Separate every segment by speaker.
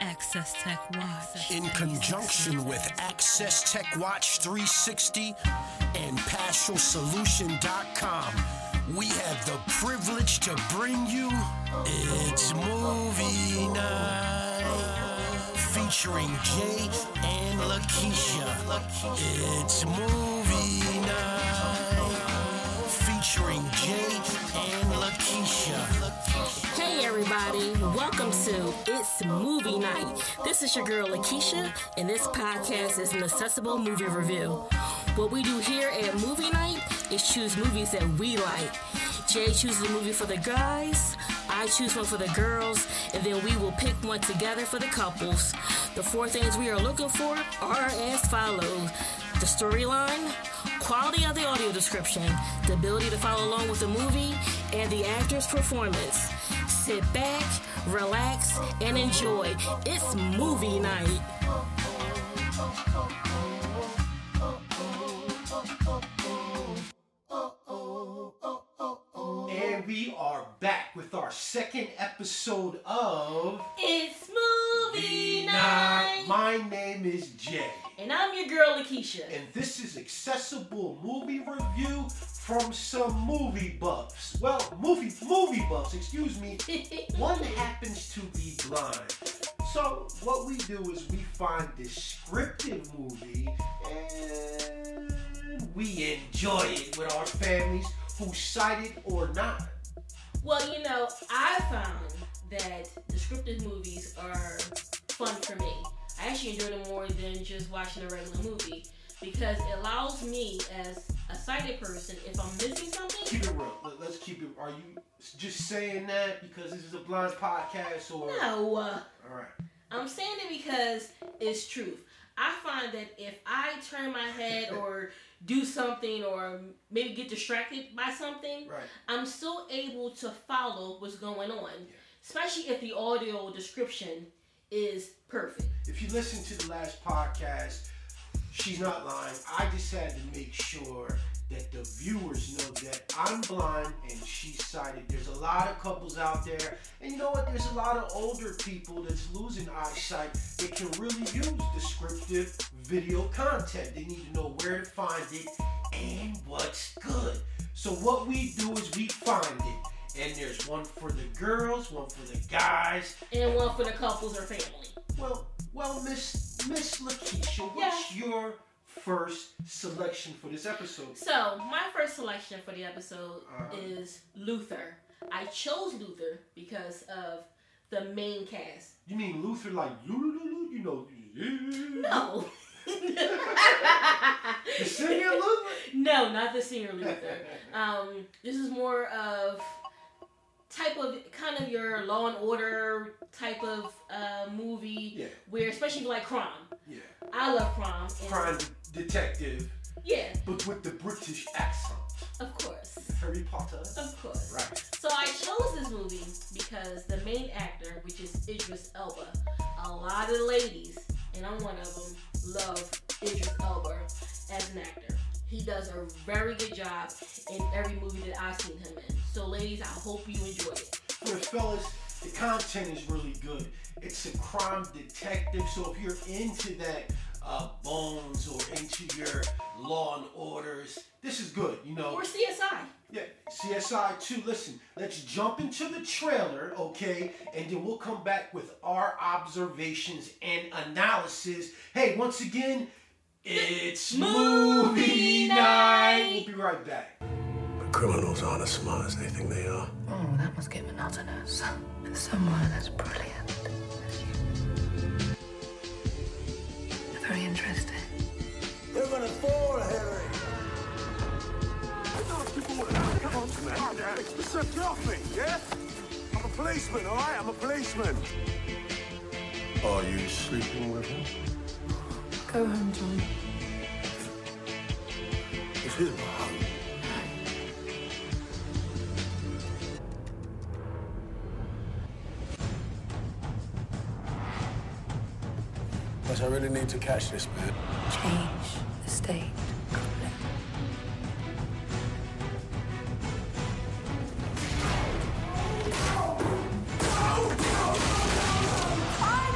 Speaker 1: Access Tech Watch.
Speaker 2: in conjunction with Access Tech Watch 360 and PassionSolution.com. We have the privilege to bring you It's Movie Night featuring Jay and Lakeisha. It's Movie Night featuring Jay and Lakeisha.
Speaker 3: Hey everybody, welcome to It's Movie Night. This is your girl Lakeisha, and this podcast is an accessible movie review. What we do here at Movie Night is choose movies that we like. Jay chooses a movie for the guys, I choose one for the girls, and then we will pick one together for the couples. The four things we are looking for are as follows the storyline, quality of the audio description, the ability to follow along with the movie, and the actor's performance. Sit back, relax, and enjoy. It's movie night.
Speaker 2: And we are back with our second episode of
Speaker 3: It's movie night.
Speaker 2: My name is Jay,
Speaker 3: And I'm your girl Lakeisha.
Speaker 2: and this is accessible movie review from some movie buffs. Well, movie movie buffs, excuse me. One happens to be blind. So what we do is we find descriptive movie and we enjoy it with our families, who sighted or not.
Speaker 4: Well, you know, I found that descriptive movies are fun for me. I actually enjoy them more than just watching a regular movie because it allows me, as a sighted person, if I'm missing something,
Speaker 2: Keep it real. Let- Let's keep it. Are you just saying that because this is a blind podcast or?
Speaker 4: no.
Speaker 2: All right.
Speaker 4: I'm saying it because it's truth. I find that if I turn my head or do something or maybe get distracted by something,
Speaker 2: Right.
Speaker 4: I'm still able to follow what's going on, especially if the audio description is perfect.
Speaker 2: If you listen to the last podcast, she's not lying. I just had to make sure that the viewers know that I'm blind and she's sighted. There's a lot of couples out there, and you know what? There's a lot of older people that's losing eyesight that can really use descriptive video content. They need to know where to find it and what's good. So what we do is we find it. And there's one for the girls, one for the guys,
Speaker 4: And one for the couples or family.
Speaker 2: well, well, Miss Miss Lakeisha, what's your first selection for this episode?
Speaker 4: So, my first selection for the episode
Speaker 2: Uh-huh.
Speaker 4: is Luther. I chose Luther because of the main cast.
Speaker 2: You mean Luther, like you, you you know? yeah.
Speaker 4: No.
Speaker 2: The singer Luther.
Speaker 4: No, not the singer Luther. Um, this is more of type of kind of your Law and Order type of uh, movie
Speaker 2: Yeah,
Speaker 4: where, especially like crime.
Speaker 2: yeah.
Speaker 4: I love crime. and-
Speaker 2: Crime detective,
Speaker 4: Yeah,
Speaker 2: but with the British accent.
Speaker 4: of course,
Speaker 2: Harry Potter.
Speaker 4: of course.
Speaker 2: Right.
Speaker 4: So I chose this movie because the main actor, which is Idris Elba, a lot of ladies, and I'm one of them, love Idris Elba as an actor. He does a very good job in every movie that I've seen him in. So ladies, I hope you enjoy it.
Speaker 2: For the fellas, the content is really good. It's a crime detective, so if you're into that uh, bones or into your law and orders, this is good. You know.
Speaker 4: Or CSI.
Speaker 2: Yeah, CSI 2. Listen, let's jump into the trailer, okay? And then we'll come back with our observations and analysis. Hey, once again, it's movie night. We'll be right back.
Speaker 5: Criminals aren't as smart as they think they are.
Speaker 6: Oh, that must get monotonous. Someone as brilliant as you. Very interesting.
Speaker 5: Come on, Sir, get off me, yeah? I'm a policeman, all right? I'm a policeman. Are you sleeping with him?
Speaker 6: Go home, John.
Speaker 5: It's his mom. But I really need to catch this man.
Speaker 6: Change the state.
Speaker 7: I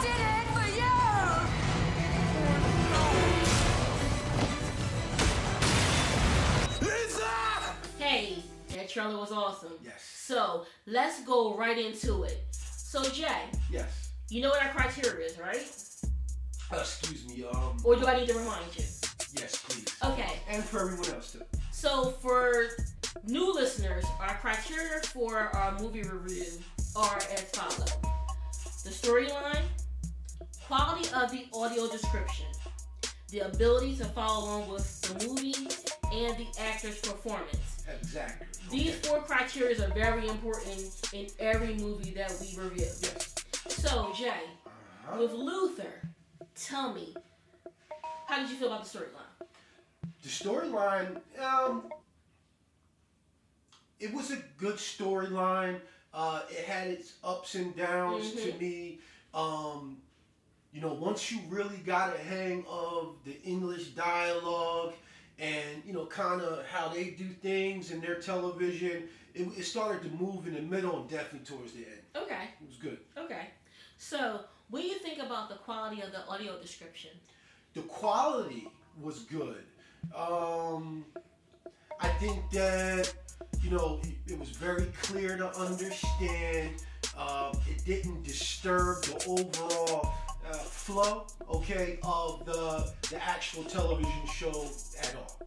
Speaker 7: did it!
Speaker 4: trailer was awesome.
Speaker 2: Yes.
Speaker 4: So let's go right into it. So Jay,
Speaker 2: Yes.
Speaker 4: you know what our criteria is, right?
Speaker 2: Uh, excuse me. Um.
Speaker 4: Or do I need to remind you?
Speaker 2: Yes, please.
Speaker 4: Okay.
Speaker 2: And for everyone else too.
Speaker 4: So for new listeners, our criteria for our movie review are as follow: the storyline, quality of the audio description, the ability to follow along with the movie, and the actor's performance.
Speaker 2: Exactly.
Speaker 4: These
Speaker 2: Okay.
Speaker 4: four criteria are very important in every movie that we review.
Speaker 2: Yes.
Speaker 4: So Jay,
Speaker 2: Uh-huh.
Speaker 4: with Luther, tell me, how did you feel about the storyline?
Speaker 2: the storyline, um, it was a good storyline. Uh, it had its ups and downs to me. Um, you know, once you really got a hang of the English dialogue and, you know, kind of how they do things in their television, it, it started to move in the middle and definitely towards the end.
Speaker 4: Okay.
Speaker 2: It was good.
Speaker 4: Okay. So, what do you think about the quality of the audio description?
Speaker 2: the quality was good. Um, I think that you know it, it was very clear to understand. Um, it didn't disturb the overall uh, flow, okay, of the the actual television show at all.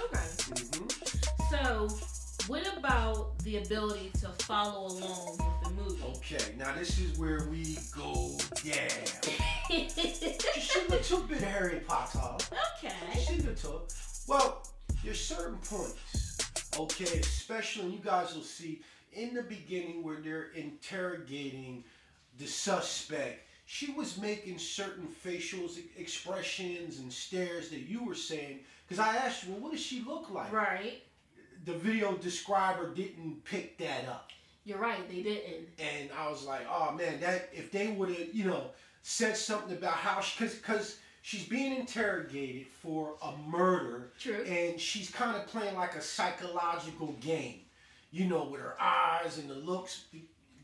Speaker 4: Okay.
Speaker 2: Mhm.
Speaker 4: So, what about the ability to follow along with the movie?
Speaker 2: Okay, now this is where we go down.
Speaker 4: Oh.
Speaker 2: Just a little bit of Harry Potter.
Speaker 4: okay.
Speaker 2: Shouldn't have took. Well, there's certain points, okay, especially and you guys will see in the beginning where they're interrogating the suspect. She was making certain facial ex- expressions and stares that you were saying. Because I asked you, well, what does she look like?
Speaker 4: Right.
Speaker 2: The video describer didn't pick that up.
Speaker 4: You're right. They didn't.
Speaker 2: And I was like, oh man, that if they would have, you know, said something about how she, because because she's being interrogated for a murder,
Speaker 4: True.
Speaker 2: and she's kind of playing like a psychological game, you know, with her eyes and the looks.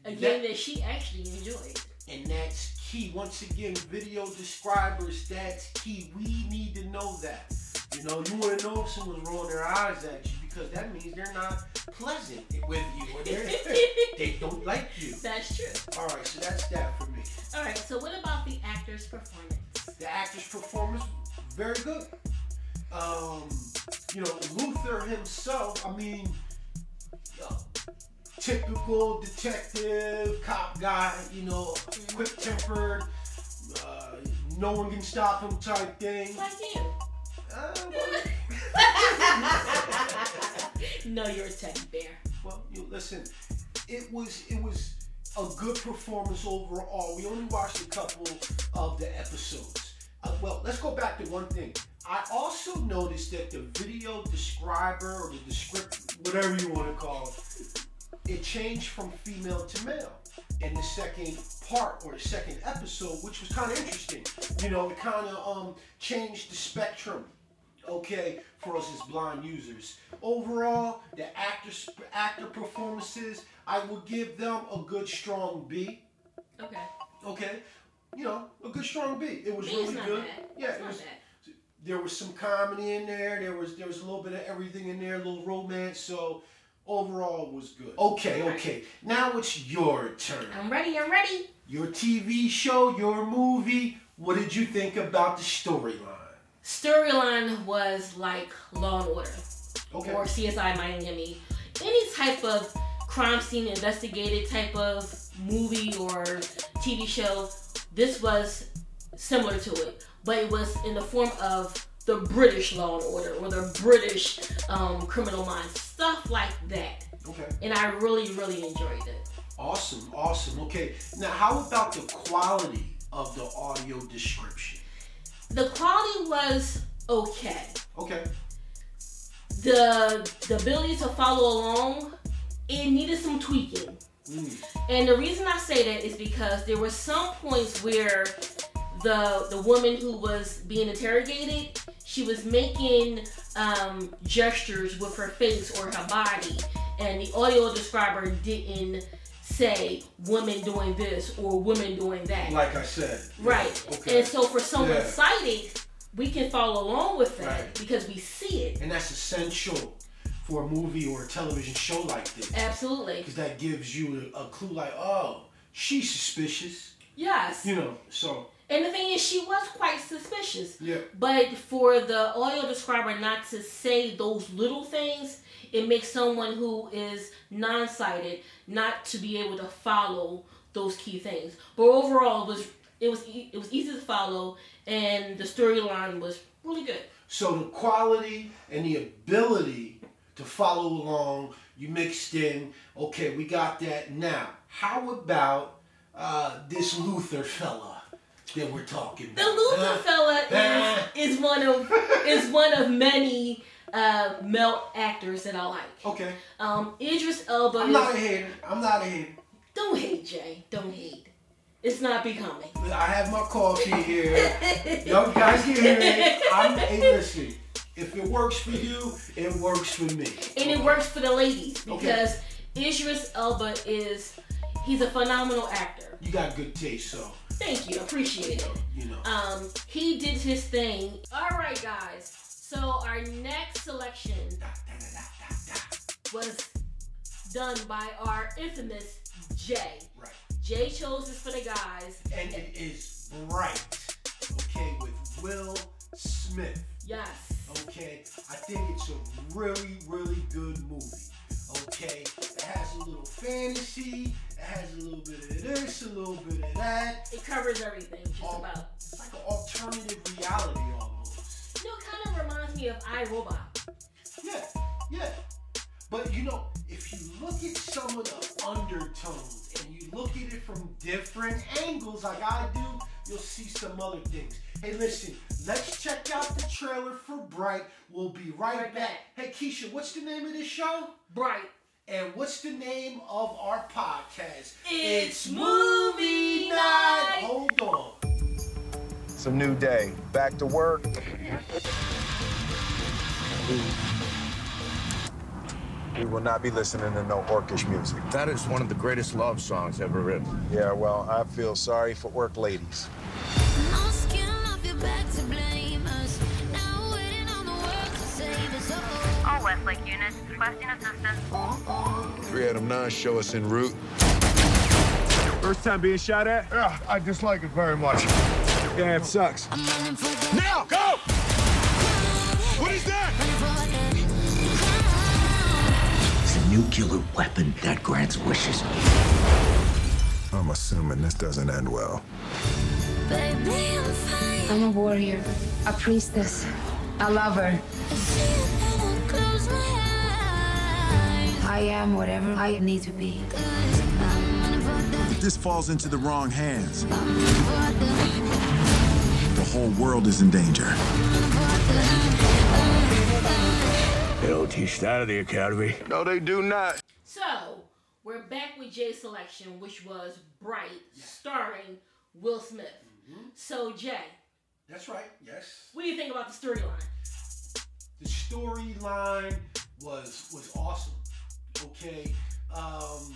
Speaker 4: A game
Speaker 2: That-
Speaker 4: that she actually enjoyed.
Speaker 2: and that's key. Once again, video describers, that's key. We need to know that. You know, you want to know if someone's rolling their eyes at you because that means they're not pleasant with you or they're, they don't like you.
Speaker 4: That's true.
Speaker 2: All right, so that's that for me.
Speaker 4: All right. So, what about the actor's performance?
Speaker 2: The actor's performance, very good. Um, you know, Luther himself, I mean, yo, typical detective, cop guy, you know, quick tempered, uh, no one can stop him type thing.
Speaker 4: Like you.
Speaker 2: Uh, well,
Speaker 4: No, you're a teddy bear.
Speaker 2: well, you know, listen, it was, it was a good performance overall. We only watched a couple of the episodes. Uh, well, let's go back to one thing. I also noticed that the video describer or the descript, whatever you want to call it, it changed from female to male in the second part or the second episode, which was kind of interesting. You know, it kind of um, changed the spectrum. Okay, for us as blind users. Overall, the actor actor performances, I would give them a good strong B.
Speaker 4: Okay.
Speaker 2: Okay, you know, a good strong B. It was
Speaker 4: Me is
Speaker 2: really
Speaker 4: not
Speaker 2: good.
Speaker 4: bad.
Speaker 2: Yeah,
Speaker 4: It's
Speaker 2: it
Speaker 4: not
Speaker 2: was.
Speaker 4: bad.
Speaker 2: There was some comedy in there. There was there was a little bit of everything in there, a little romance. So overall, it was good. Okay, okay. Now it's your turn.
Speaker 4: I'm ready. I'm ready.
Speaker 2: Your TV show, your movie. What did you think about the storyline?
Speaker 4: Storyline was like Law and Order.
Speaker 2: Okay.
Speaker 4: or CSI Miami, any type of crime scene investigated type of movie or TV show, this was similar to it, but it was in the form of the British Law and Order or the British um, Criminal Minds, stuff like that.
Speaker 2: Okay.
Speaker 4: And I really, really enjoyed it.
Speaker 2: Awesome, awesome. Okay. Now, how about the quality of the audio description?
Speaker 4: The quality was okay.
Speaker 2: Okay.
Speaker 4: The the ability to follow along, it needed some tweaking.
Speaker 2: Mm.
Speaker 4: And the reason I say that is because there were some points where the the woman who was being interrogated, she was making um, gestures with her face or her body, and the audio describer didn't say women doing this or women doing that.
Speaker 2: Like I said.
Speaker 4: right.
Speaker 2: Okay.
Speaker 4: And so for someone
Speaker 2: Yeah.
Speaker 4: sighted, we can follow along with that
Speaker 2: Right.
Speaker 4: because we see it.
Speaker 2: and that's essential. for a movie or a television show like this.
Speaker 4: Absolutely.
Speaker 2: Because that gives you a clue like, oh, she's suspicious.
Speaker 4: Yes.
Speaker 2: You know, so.
Speaker 4: And the thing is, she was quite suspicious.
Speaker 2: Yeah.
Speaker 4: But for the audio describer not to say those little things, it makes someone who is non sighted not to be able to follow those key things. But overall, it was it was e- it was easy to follow, and the storyline was really good.
Speaker 2: So the quality and the ability to follow along, you mixed in, okay, we got that. Now, how about uh, this Luther fella that we're talking
Speaker 4: The
Speaker 2: about?
Speaker 4: Luther
Speaker 2: Huh? uh.
Speaker 4: fella is, is one of is one of many uh, male actors that I like.
Speaker 2: Okay.
Speaker 4: Um, Idris Elba.
Speaker 2: I'm
Speaker 4: is-
Speaker 2: not a hater. I'm not a hater.
Speaker 4: Don't hate, Jay. Don't hate. It's not becoming.
Speaker 2: I have my coffee here. Y'all guys can hear it. I'm hey, listen. If it works for you, it works for me.
Speaker 4: And it works for the ladies because Idris Elba is he's a phenomenal actor.
Speaker 2: You got good taste, so
Speaker 4: Thank you. Appreciate it.
Speaker 2: you know.
Speaker 4: Um, he did his thing. All right, guys. So our next selection was done by our infamous Jay.
Speaker 2: Right.
Speaker 4: Jay chose this for the guys.
Speaker 2: And it is bright. Okay, with Will Smith.
Speaker 4: Yes.
Speaker 2: Okay, I think it's a really, really good movie. Okay, it has a little fantasy, it has a little bit of this, a little bit of that.
Speaker 4: It covers everything, just
Speaker 2: All-
Speaker 4: about.
Speaker 2: It's like an alternative reality almost.
Speaker 4: You know, it kind of reminds me of iRobot.
Speaker 2: Yeah, yeah. But you know, if you look at some of the undertones and you look at it from different angles, like I do, you'll see some other things. Hey, listen, let's check out the trailer for Bright. We'll be right,
Speaker 4: Right
Speaker 2: back.
Speaker 4: back.
Speaker 2: Hey, Keisha, what's the name of this show?
Speaker 4: Bright.
Speaker 2: And what's the name of our podcast?
Speaker 4: It's Movie Night.
Speaker 2: Hold on.
Speaker 7: It's a new day. Back to work. We will not be listening to no orcish music.
Speaker 8: That is one of the greatest love songs ever written.
Speaker 7: Yeah, well, I feel sorry for work ladies.
Speaker 9: No skin off your back to blame us. Now we're waiting on the world to save us. Oh,
Speaker 10: All Westlake units requesting assistance.
Speaker 7: Three Adam Nine show us en route.
Speaker 5: First time being shot at? Yeah, Ah, I dislike it very much. Yeah, it sucks.
Speaker 9: I'm running for the
Speaker 7: Now, go!
Speaker 9: What is that?
Speaker 11: It's a nuclear weapon that grants wishes.
Speaker 7: I'm assuming this doesn't end well.
Speaker 9: Baby, I'm fine.
Speaker 6: I'm a warrior, a priestess, a lover.
Speaker 9: I see it and I close my eyes.
Speaker 6: I am whatever I need to be.
Speaker 9: 'Cause I'm running for the-
Speaker 7: This falls into the wrong hands.
Speaker 9: I'm running for the-
Speaker 7: The whole world is in danger.
Speaker 8: They don't teach that at the academy.
Speaker 5: No, they do not.
Speaker 4: So we're back with Jay's selection, which was Bright, starring Will Smith. So Jay,
Speaker 2: That's right, yes.
Speaker 4: what do you think about the storyline?
Speaker 2: The storyline was was awesome. Okay. Um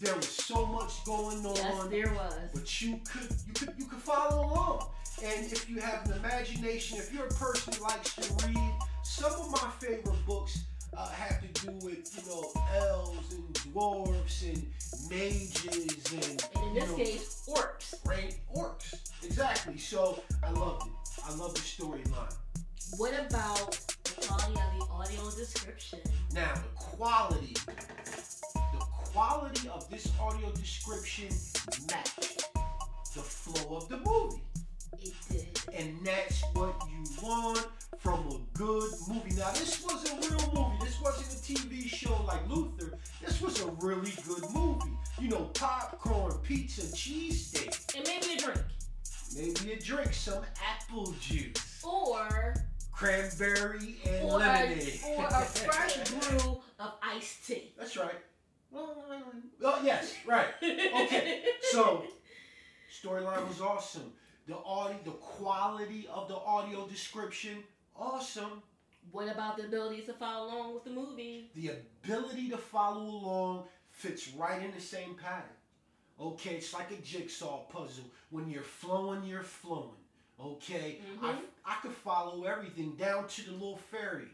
Speaker 2: there was so much going on.
Speaker 4: Yes, Oh, there was.
Speaker 2: but you could you could you could follow along. And if you have an imagination, if you're a person that likes to read, some of my favorite books uh, have to do with you know elves and dwarves and mages and,
Speaker 4: And in
Speaker 2: you
Speaker 4: this
Speaker 2: know,
Speaker 4: case, Orcs.
Speaker 2: great orcs. Exactly. So I loved it. I love the storyline.
Speaker 4: What about the quality of the audio description?
Speaker 2: Now the quality, the quality of this audio description matched the flow of the movie.
Speaker 4: It did.
Speaker 2: and that's what you want from a good movie. Now, this was a real movie. This wasn't a TV show like Luther. This was a really good movie. You know, popcorn, pizza, cheesesteak,
Speaker 4: And maybe a drink.
Speaker 2: maybe a drink, some apple juice,
Speaker 4: Or
Speaker 2: cranberry and
Speaker 4: or
Speaker 2: lemonade.
Speaker 4: a, or a fresh brew of iced tea.
Speaker 2: That's right. Well, I don't- oh, yes, right. Okay, so storyline was awesome. The audio, the quality of the audio description, awesome.
Speaker 4: What about the ability to follow along with the movie?
Speaker 2: the ability to follow along fits right in the same pattern. Okay, it's like a jigsaw puzzle. When you're flowing, you're flowing. Mm-hmm. Okay, I, I could follow everything down to the little fairies.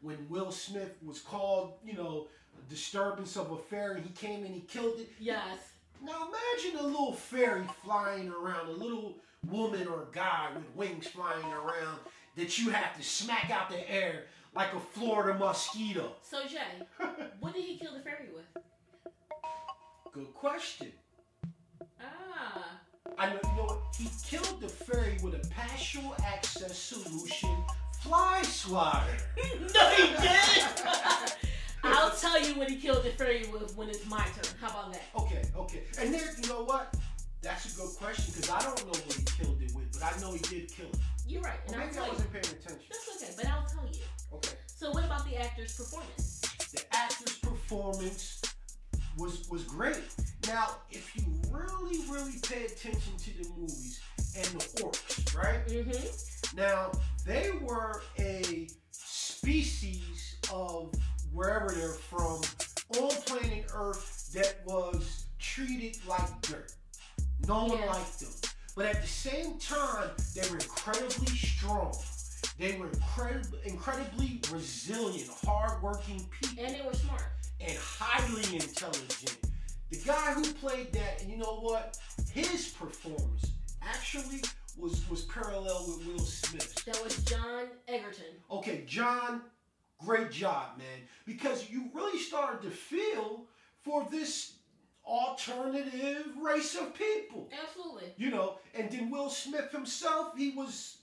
Speaker 2: when Will Smith was called, you know, disturbance of a fairy. He came and he killed it.
Speaker 4: Yes.
Speaker 2: Now imagine a little fairy flying around, a little woman or guy with wings flying around that you have to smack out the air like a Florida mosquito.
Speaker 4: So Jay, what did he kill the fairy with?
Speaker 2: Good question.
Speaker 4: Ah.
Speaker 2: I know, you know what? He killed the fairy with a partial access solution fly swatter.
Speaker 4: no, he didn't. I'll tell you what he killed the fairy with when it's my turn. How about that?
Speaker 2: Okay, okay. And there, you know what? That's a good question because I don't know what he killed it with, but I know he did kill it.
Speaker 4: You're right.
Speaker 2: Well,
Speaker 4: And I'll
Speaker 2: maybe I
Speaker 4: tell you.
Speaker 2: wasn't paying attention.
Speaker 4: That's okay, but I'll tell you.
Speaker 2: Okay.
Speaker 4: So what about the actor's performance?
Speaker 2: The actor's performance was was great. Now, if you really, really pay attention to the movies and the orcs, right?
Speaker 4: Mm-hmm.
Speaker 2: Now, they were a species of wherever they're from on planet Earth that was treated like dirt. No one
Speaker 4: Yes.
Speaker 2: liked them. But at the same time, they were incredibly strong. They were incredib- incredibly resilient, hardworking people.
Speaker 4: And they were smart.
Speaker 2: And highly intelligent. The guy who played that, and you know what? His performance actually was, was parallel with Will Smith's.
Speaker 4: That was John Egerton.
Speaker 2: Okay, John, great job, man. Because you really started to feel for this alternative race of people.
Speaker 4: Absolutely.
Speaker 2: You know, and then Will Smith himself, he was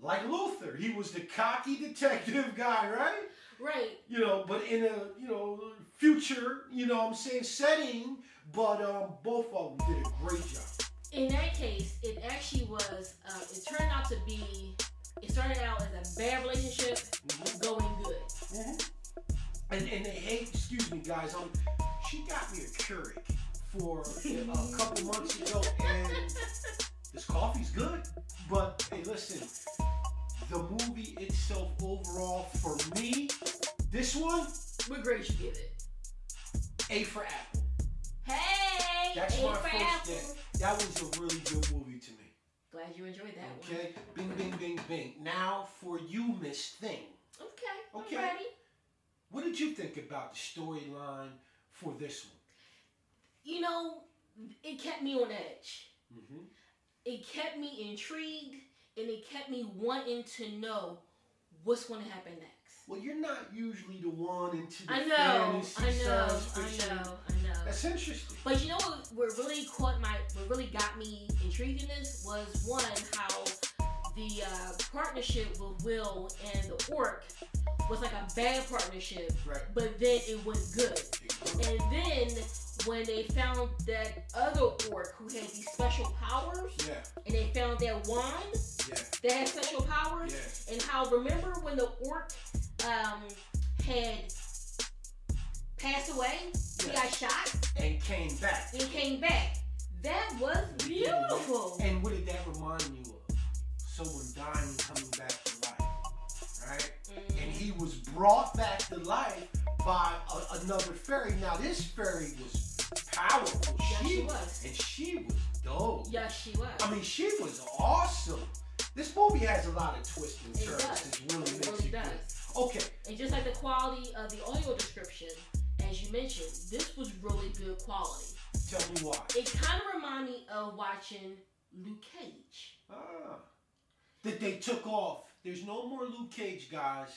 Speaker 2: like Luther. He was the cocky detective guy, right?
Speaker 4: Right.
Speaker 2: You know, but in a, you know, future, you know what I'm saying, setting. But um, both of them did a great job.
Speaker 4: In that case, it actually was. Uh, it turned out to be. It started out as a bad relationship, going good.
Speaker 2: And, and they hate, excuse me, guys. Um, she got me a Keurig for a couple months ago, and this coffee's good. But hey, listen, the movie itself overall, for me, this one,
Speaker 4: What grade you give it?
Speaker 2: A for Apple.
Speaker 4: Hey,
Speaker 2: That's
Speaker 4: A
Speaker 2: my
Speaker 4: for
Speaker 2: first
Speaker 4: apple.
Speaker 2: day. That was a really good movie to me.
Speaker 4: Glad you enjoyed that one.
Speaker 2: Okay, Bing, Bing, Bing, Bing. Now for you, Miss Thing.
Speaker 4: Okay.
Speaker 2: Okay.
Speaker 4: I'm ready.
Speaker 2: What did you think about the storyline for this one?
Speaker 4: You know, it kept me on edge.
Speaker 2: Mm-hmm.
Speaker 4: It kept me intrigued, and it kept me wanting to know what's going to happen next.
Speaker 2: Well, you're not usually the one into the
Speaker 4: I know,
Speaker 2: fantasy
Speaker 4: I know,
Speaker 2: science
Speaker 4: I
Speaker 2: fiction.
Speaker 4: know, I know.
Speaker 2: That's interesting.
Speaker 4: But you know what, what really caught my, what really got me intrigued in this was one how the uh, partnership with Will and the Orc was like a bad partnership,
Speaker 2: Right.
Speaker 4: but then it went good. And then when they found that other Orc who had these special powers,
Speaker 2: Yeah,
Speaker 4: and they found that wand
Speaker 2: yeah.
Speaker 4: that had special powers,
Speaker 2: Yeah.
Speaker 4: and how remember when the Orc um, had passed away, he
Speaker 2: Yeah.
Speaker 4: got shot
Speaker 2: And came back.
Speaker 4: and came back. That was beautiful.
Speaker 2: And what did that remind you of? Someone dying and coming back to life, right?
Speaker 4: Mm.
Speaker 2: And he was brought back to life by a, another fairy. Now this fairy was powerful.
Speaker 4: Yes, she was.
Speaker 2: And she was dope.
Speaker 4: Yes, she was.
Speaker 2: I mean, she was awesome. This movie has a lot of twists and
Speaker 4: It
Speaker 2: turns.
Speaker 4: does.
Speaker 2: It really
Speaker 4: It
Speaker 2: makes
Speaker 4: really
Speaker 2: you
Speaker 4: does.
Speaker 2: Good. Okay,
Speaker 4: and just like the quality of the audio description, as you mentioned, this was really good quality.
Speaker 2: tell me why.
Speaker 4: It kind of reminded me of watching Luke Cage.
Speaker 2: Ah. That they took off. There's no more Luke Cage, guys.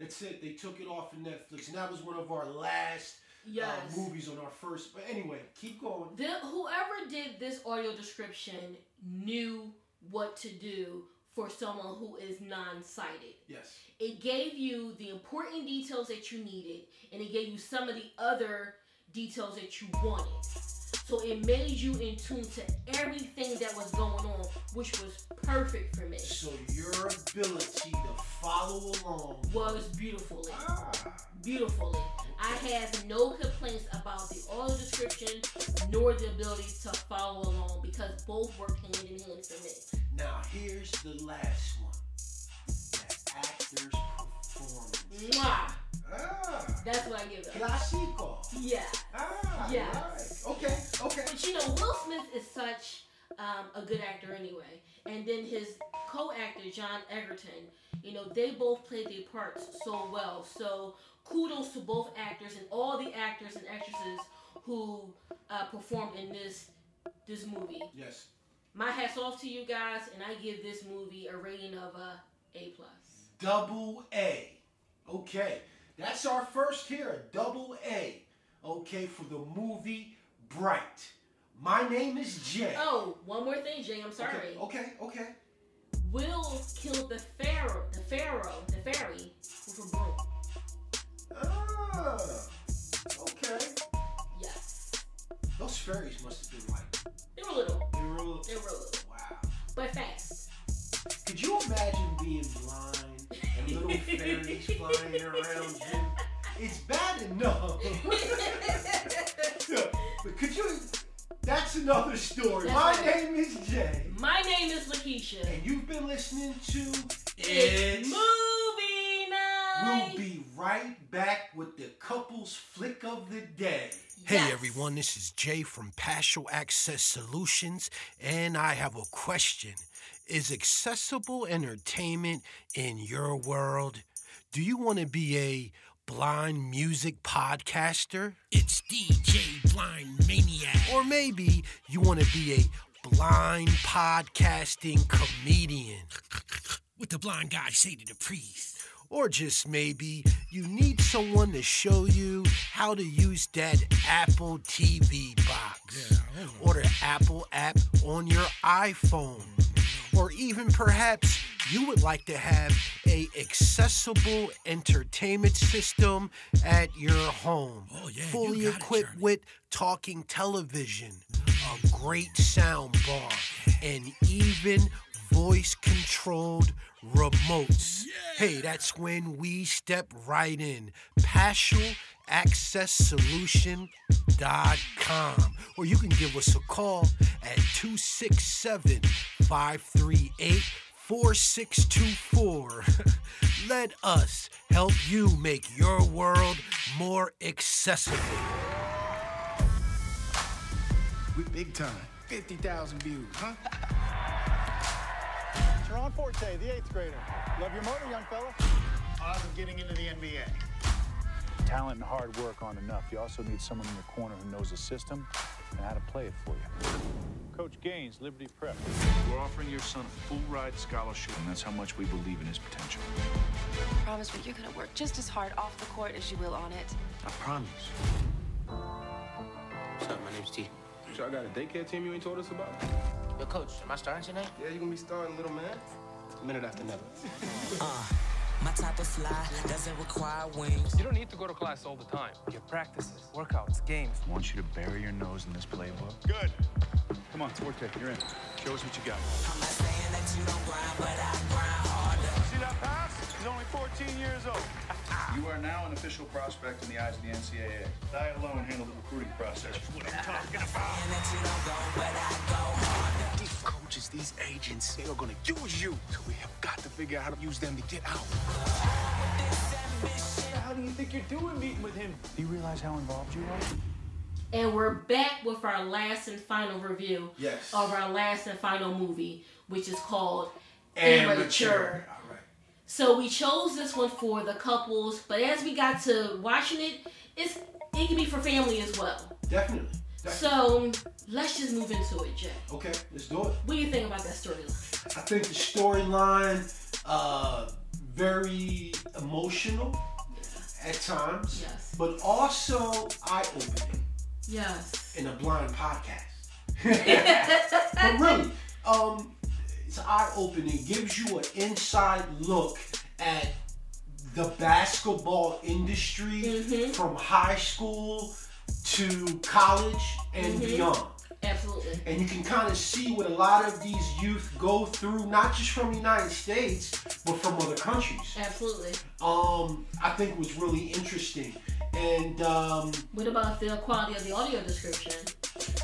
Speaker 2: That's it. They took it off of Netflix. And that was one of our last uh,
Speaker 4: Yes.
Speaker 2: movies on our first. But anyway, keep going.
Speaker 4: The, whoever did this audio description knew what to do for someone who is non-sighted.
Speaker 2: Yes.
Speaker 4: It gave you the important details that you needed, and it gave you some of the other details that you wanted. So it made you in tune to everything that was going on, which was perfect for me.
Speaker 2: So your ability to follow along.
Speaker 4: Was beautifully,
Speaker 2: Ah.
Speaker 4: beautifully. I have no complaints about the audio description nor the ability to follow along because both work hand in hand for me.
Speaker 2: Now here's the last one. The actor's performance.
Speaker 4: Mwah!
Speaker 2: Ah.
Speaker 4: That's what I give it.
Speaker 2: Classico.
Speaker 4: Yeah.
Speaker 2: Ah.
Speaker 4: Yeah.
Speaker 2: Right. Okay. Okay.
Speaker 4: But you know, Will Smith is such um, a good actor anyway. And then his co-actor John Egerton, you know, they both played their parts so well. So kudos to both actors and all the actors and actresses who uh, performed in this this movie.
Speaker 2: Yes.
Speaker 4: My hats off to you guys, and I give this movie a rating of a A plus.
Speaker 2: Double A. Okay, that's our first here. a Double A. Okay, for the movie Bright. My name is Jay.
Speaker 4: Oh, one more thing, Jay. I'm sorry.
Speaker 2: Okay, oh. okay. okay.
Speaker 4: Will killed the pharaoh, the pharaoh, the fairy with a broom.
Speaker 2: Ah, okay.
Speaker 4: Yes,
Speaker 2: Those fairies must have been like
Speaker 4: they were little.
Speaker 2: they were. all-
Speaker 4: They were little,
Speaker 2: Wow.
Speaker 4: but fast.
Speaker 2: Could you imagine being blind and little fairies flying around you? It's bad enough. but could you? That's another story.
Speaker 4: That's
Speaker 2: My
Speaker 4: right.
Speaker 2: name is Jay,
Speaker 4: My name is Lakeisha.
Speaker 2: and you've been listening to
Speaker 4: It's movie night.
Speaker 2: We'll be right back with the couple's flick of the day.
Speaker 12: Hey
Speaker 4: Yes.
Speaker 12: everyone, this is Jay from Partial Access Solutions, and I have a question. Is accessible entertainment in your world? Do you want to be a blind music podcaster? It's DJ Blind Maniac. Or maybe you want to be a blind podcasting comedian. What the blind guy say to the priest? Or just maybe you need someone to show you how to use that Apple TV box or the Apple app on your iPhone. Or even perhaps you would like to have a accessible entertainment system at your home, fully equipped with talking television, a great sound bar, and even voice controlled remotes. Hey, that's when we step right in. PassionAccessSolution.com. Or you can give us a call at 267 538 4624. Let us help you make your world more accessible.
Speaker 13: We big time. 50,000 views, huh?
Speaker 14: Teron Forte, the eighth grader. Love your motor, young fella.
Speaker 13: Odds of getting into the NBA.
Speaker 14: Talent and hard work aren't enough. You also need someone in your corner who knows the system and how to play it for you. Coach Gaines, Liberty Prep.
Speaker 15: We're offering your son a full ride scholarship, and that's how much we believe in his potential.
Speaker 16: Promise me you're gonna work just as hard off the court as you will on it.
Speaker 17: I promise. What's up? My name's T. So I got a daycare team you ain't told us about? Yo, coach, am I starting tonight? Yeah, you're gonna be starting, little man. Minute after never.
Speaker 18: Uh, my type of fly doesn't require wings.
Speaker 19: You don't need to go to class all the time. You have practices, workouts, games.
Speaker 15: I want you to bury your nose in this playbook.
Speaker 14: Good.
Speaker 15: Come on, it's work tape. You're in. Show us what you got.
Speaker 14: See that pass? He's only 14 years old.
Speaker 15: You are now an official prospect in the eyes of the NCAA. I alone handle the recruiting process. What I'm talking
Speaker 13: These coaches, these agents, they are gonna use you. So we have got to figure out how to use them to get out.
Speaker 14: How do you think you're doing meeting with him? Do you realize how involved you are?
Speaker 4: And we're back with our last and final review
Speaker 2: Yes.
Speaker 4: of our last and final movie, which is called
Speaker 2: Amateur. All right.
Speaker 4: So we chose this one for the couples, but as we got to watching it, it's it can be for family as well.
Speaker 2: Definitely.
Speaker 4: So let's just move into it, Jay.
Speaker 2: Okay, let's do it.
Speaker 4: What do you think about that storyline?
Speaker 2: I think the storyline uh, very emotional at times,
Speaker 4: Yes.
Speaker 2: but also eye-opening
Speaker 4: Yes.
Speaker 2: in a blind podcast. but really, um, it's eye-opening. It gives you an inside look at the basketball industry from high school to college and
Speaker 4: Mhm.
Speaker 2: beyond
Speaker 4: Absolutely.
Speaker 2: and you can kind of see what a lot of these youth go through, not just from the United States, but from other countries.
Speaker 4: Absolutely.
Speaker 2: Um, I think was really interesting, and um,
Speaker 4: What about the quality of the audio description?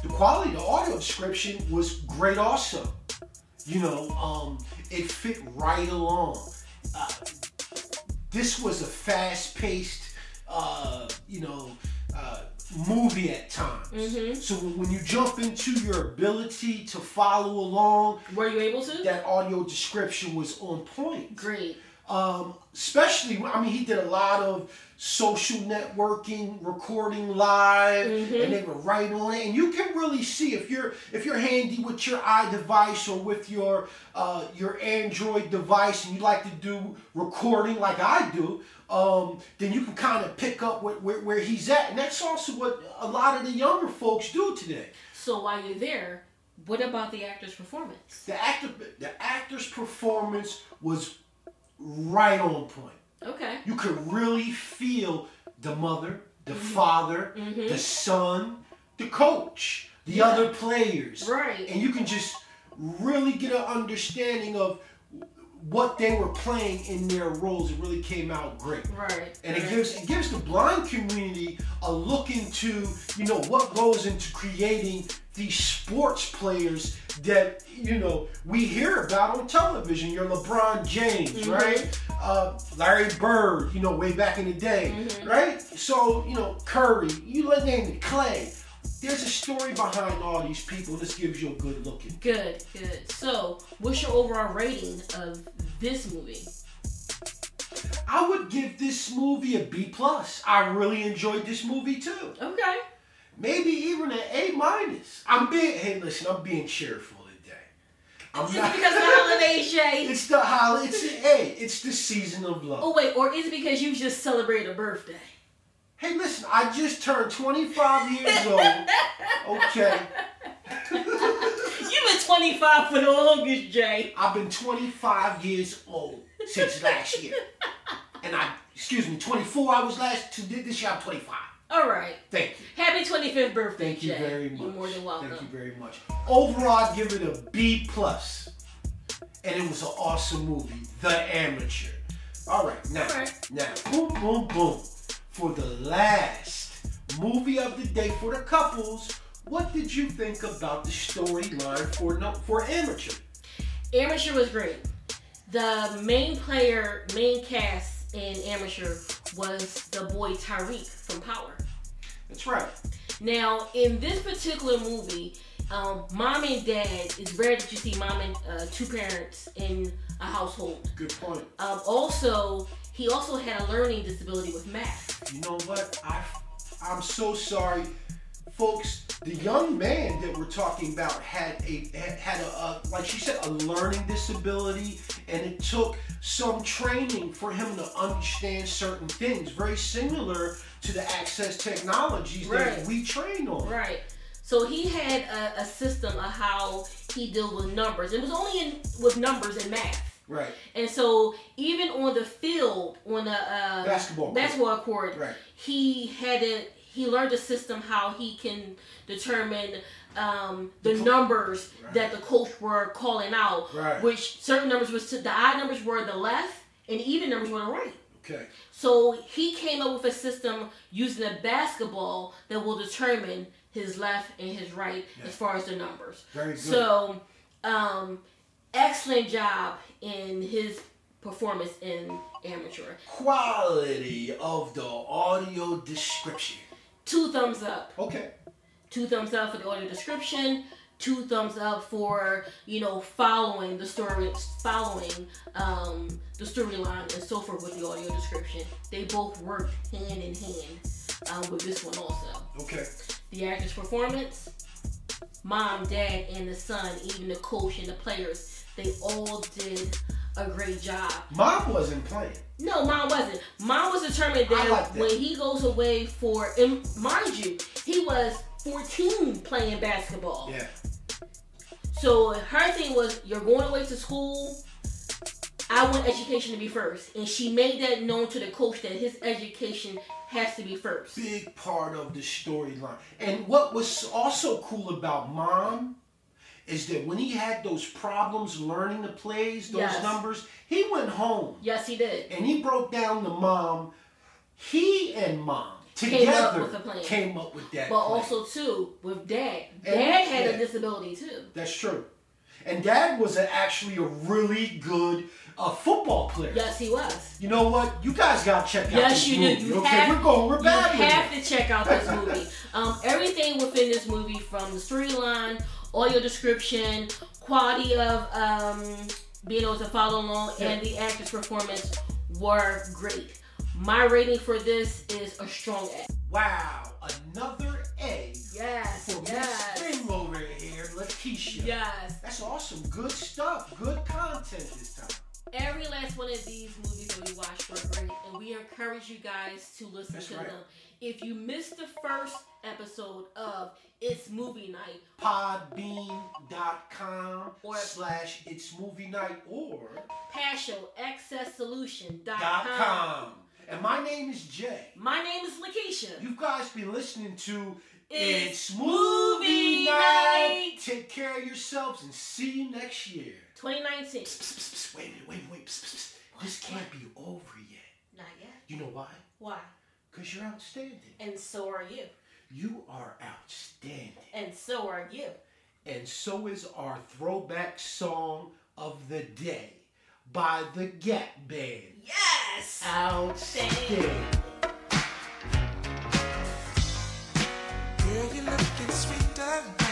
Speaker 2: the quality of the audio description was great, also. You know, um, it fit right along. Uh, this was a fast-paced, uh, you know, uh,
Speaker 13: movie at times.
Speaker 4: Mm-hmm.
Speaker 13: So when you jump into your ability to follow along,
Speaker 4: were you able to?
Speaker 13: That audio description was on point.
Speaker 4: Great.
Speaker 13: Um, especially, I mean, he did a lot of social networking, recording live,
Speaker 4: Mhm.
Speaker 13: and they were right on it. And you can really see if you're if you're handy with your iDevice or with your uh, your Android device, and you like to do recording like I do. Um, then you can kind of pick up where, where, where he's at, and that's also what a lot of the younger folks do today.
Speaker 4: So while you're there, what about the actor's performance?
Speaker 13: The actor, the actor's performance was right on point.
Speaker 4: Okay.
Speaker 13: You could really feel the mother, the
Speaker 4: Mhm.
Speaker 13: father,
Speaker 4: Mhm.
Speaker 13: the son, the coach, the
Speaker 4: Yeah.
Speaker 13: other players.
Speaker 4: Right.
Speaker 13: And you can just really get an understanding of what they were playing in their roles. It really came out great.
Speaker 4: Right.
Speaker 13: And it gives it gives the blind community a look into you know what goes into creating these sports players that you know we hear about on television. Your LeBron James,
Speaker 20: Mhm.
Speaker 13: right? Uh, Larry Bird, you know, way back in the day,
Speaker 20: Mhm.
Speaker 13: right? So you know Curry, you let name it Clay. There's a story behind all these people. This gives you a good looking.
Speaker 4: Good, good. So, what's your overall rating of this movie?
Speaker 13: I would give this movie a B plus. I really enjoyed this movie too.
Speaker 4: Okay.
Speaker 13: Maybe even an A minus. I'm being hey, listen, I'm being cheerful today. I'm
Speaker 4: Is it because of the holidays, Jay?
Speaker 13: It's the holiday. It's an A. It's the season of love.
Speaker 4: Oh wait, or is it because you just celebrated a birthday?
Speaker 13: Hey, listen, I just turned 25 years old. Okay.
Speaker 4: You've been 25 for the longest, Jay.
Speaker 13: I've been 25 years old since last year, and I excuse me, 24. I was last to did this year. I'm 25.
Speaker 4: All right.
Speaker 13: Thank you.
Speaker 4: Happy 25th birthday,
Speaker 13: Thank you
Speaker 4: Jay.
Speaker 13: very much.
Speaker 4: You're more than welcome.
Speaker 13: Thank you very much. Overall, I give it a B plus, and it was an awesome movie, The Amateur. All right, now, now, boom, boom, boom. For the last movie of the day for the couples, what did you think about the storyline for no, for Amateur?
Speaker 4: Amateur was great. The main player, main cast in Amateur was the boy Tyreek from Power.
Speaker 13: That's right.
Speaker 4: Now, in this particular movie, um, mom and dad, it's rare that you see mom and uh, two parents in a household.
Speaker 13: Good point.
Speaker 4: Um, also, he also had a learning disability with math.
Speaker 13: You know what? I I'm so sorry, folks. The young man that we're talking about had a had, had a uh, like she said a learning disability, and it took some training for him to understand certain things. Very similar to the access technologies
Speaker 4: Right.
Speaker 13: that we train on.
Speaker 4: Right. So he had a, a system of how he dealt with numbers. It was only in, with numbers and math.
Speaker 13: Right.
Speaker 4: And so even on the field, on the uh,
Speaker 13: Basketball court.
Speaker 4: basketball court,
Speaker 13: Right.
Speaker 4: he had a he learned a system how he can determine um, the numbers that the coach were calling out,
Speaker 13: Right.
Speaker 4: which certain numbers was to the odd numbers were the left and even numbers were the right.
Speaker 13: Okay.
Speaker 4: So he came up with a system using a basketball that will determine his left and his right as far as the numbers.
Speaker 13: Very good.
Speaker 4: So, um, excellent job in his performance in amateur.
Speaker 13: Quality of the audio description.
Speaker 4: Two thumbs up.
Speaker 13: Okay.
Speaker 4: Two thumbs up for the audio description. Two thumbs up for you know following the story, following um, the storyline and so forth with the audio description. They both worked hand in hand um, with this one also.
Speaker 13: Okay.
Speaker 4: the actor's performance, mom, dad, and the son, even the coach and the players, they all did a great job.
Speaker 13: Mom wasn't playing.
Speaker 4: No, mom wasn't. Mom was determined
Speaker 13: I
Speaker 4: that,
Speaker 13: like that.
Speaker 4: when he goes away for, and mind you, he was 14 playing basketball.
Speaker 13: Yeah.
Speaker 4: So her thing was, you're going away to school. I want education to be first, and she made that known to the coach that his education has to be first.
Speaker 13: big part of the storyline. And what was also cool about Mom is that when he had those problems learning the plays, those
Speaker 4: Yes.
Speaker 13: numbers, he went home
Speaker 4: Yes, he did.
Speaker 13: and he broke down the mom. He and Mom together
Speaker 4: Came up with a plan.
Speaker 13: came up with that.
Speaker 4: But
Speaker 13: plan.
Speaker 4: also too with dad.
Speaker 13: And
Speaker 4: dad
Speaker 13: with
Speaker 4: had a
Speaker 13: dad.
Speaker 4: disability too.
Speaker 13: that's true. And Dad was a, actually a really good uh, football player.
Speaker 4: Yes, he was.
Speaker 13: You know what? You guys got to check out
Speaker 4: Yes,
Speaker 13: this
Speaker 4: you
Speaker 13: movie.
Speaker 4: do. You
Speaker 13: okay,
Speaker 4: have-
Speaker 13: we're going. We're
Speaker 4: you
Speaker 13: bad with
Speaker 4: have
Speaker 13: it.
Speaker 4: to check out this movie. um, everything within this movie, from the storyline, audio description, quality of um, being able to follow along, and the actor's performance were great. My rating for this is a strong A.
Speaker 13: Wow, another A.
Speaker 4: Yes,
Speaker 13: for
Speaker 4: yes.
Speaker 13: Miss Spring over here, Lakeisha.
Speaker 4: Yes.
Speaker 13: That's awesome. Good stuff. Good content this time.
Speaker 4: Every last one of these movies that we watched were great, and we encourage you guys to listen
Speaker 13: That's
Speaker 4: to
Speaker 13: right.
Speaker 4: them. If you missed the first episode of It's Movie Night,
Speaker 13: Podbean.com slash It's Movie Night or dot
Speaker 4: PassioAccessSolution.com.
Speaker 13: com. And my name is Jay.
Speaker 4: My name is Lakeisha.
Speaker 13: You guys be listening to
Speaker 4: It's
Speaker 13: It's Movie
Speaker 4: Movie
Speaker 13: Night.
Speaker 4: Night.
Speaker 13: Take care of yourselves and see you next year.
Speaker 4: 2019.
Speaker 13: Wait a minute, wait, wait. Psst, psst, psst. This can't be over yet.
Speaker 4: Not yet.
Speaker 13: You know why?
Speaker 4: Why?
Speaker 13: Because you're outstanding.
Speaker 4: And so are you.
Speaker 13: You are outstanding.
Speaker 4: And so are you.
Speaker 13: And so is our throwback song of the day by the Gap Band.
Speaker 4: Yes!
Speaker 13: Outstanding.
Speaker 2: Girl, you're looking sweeter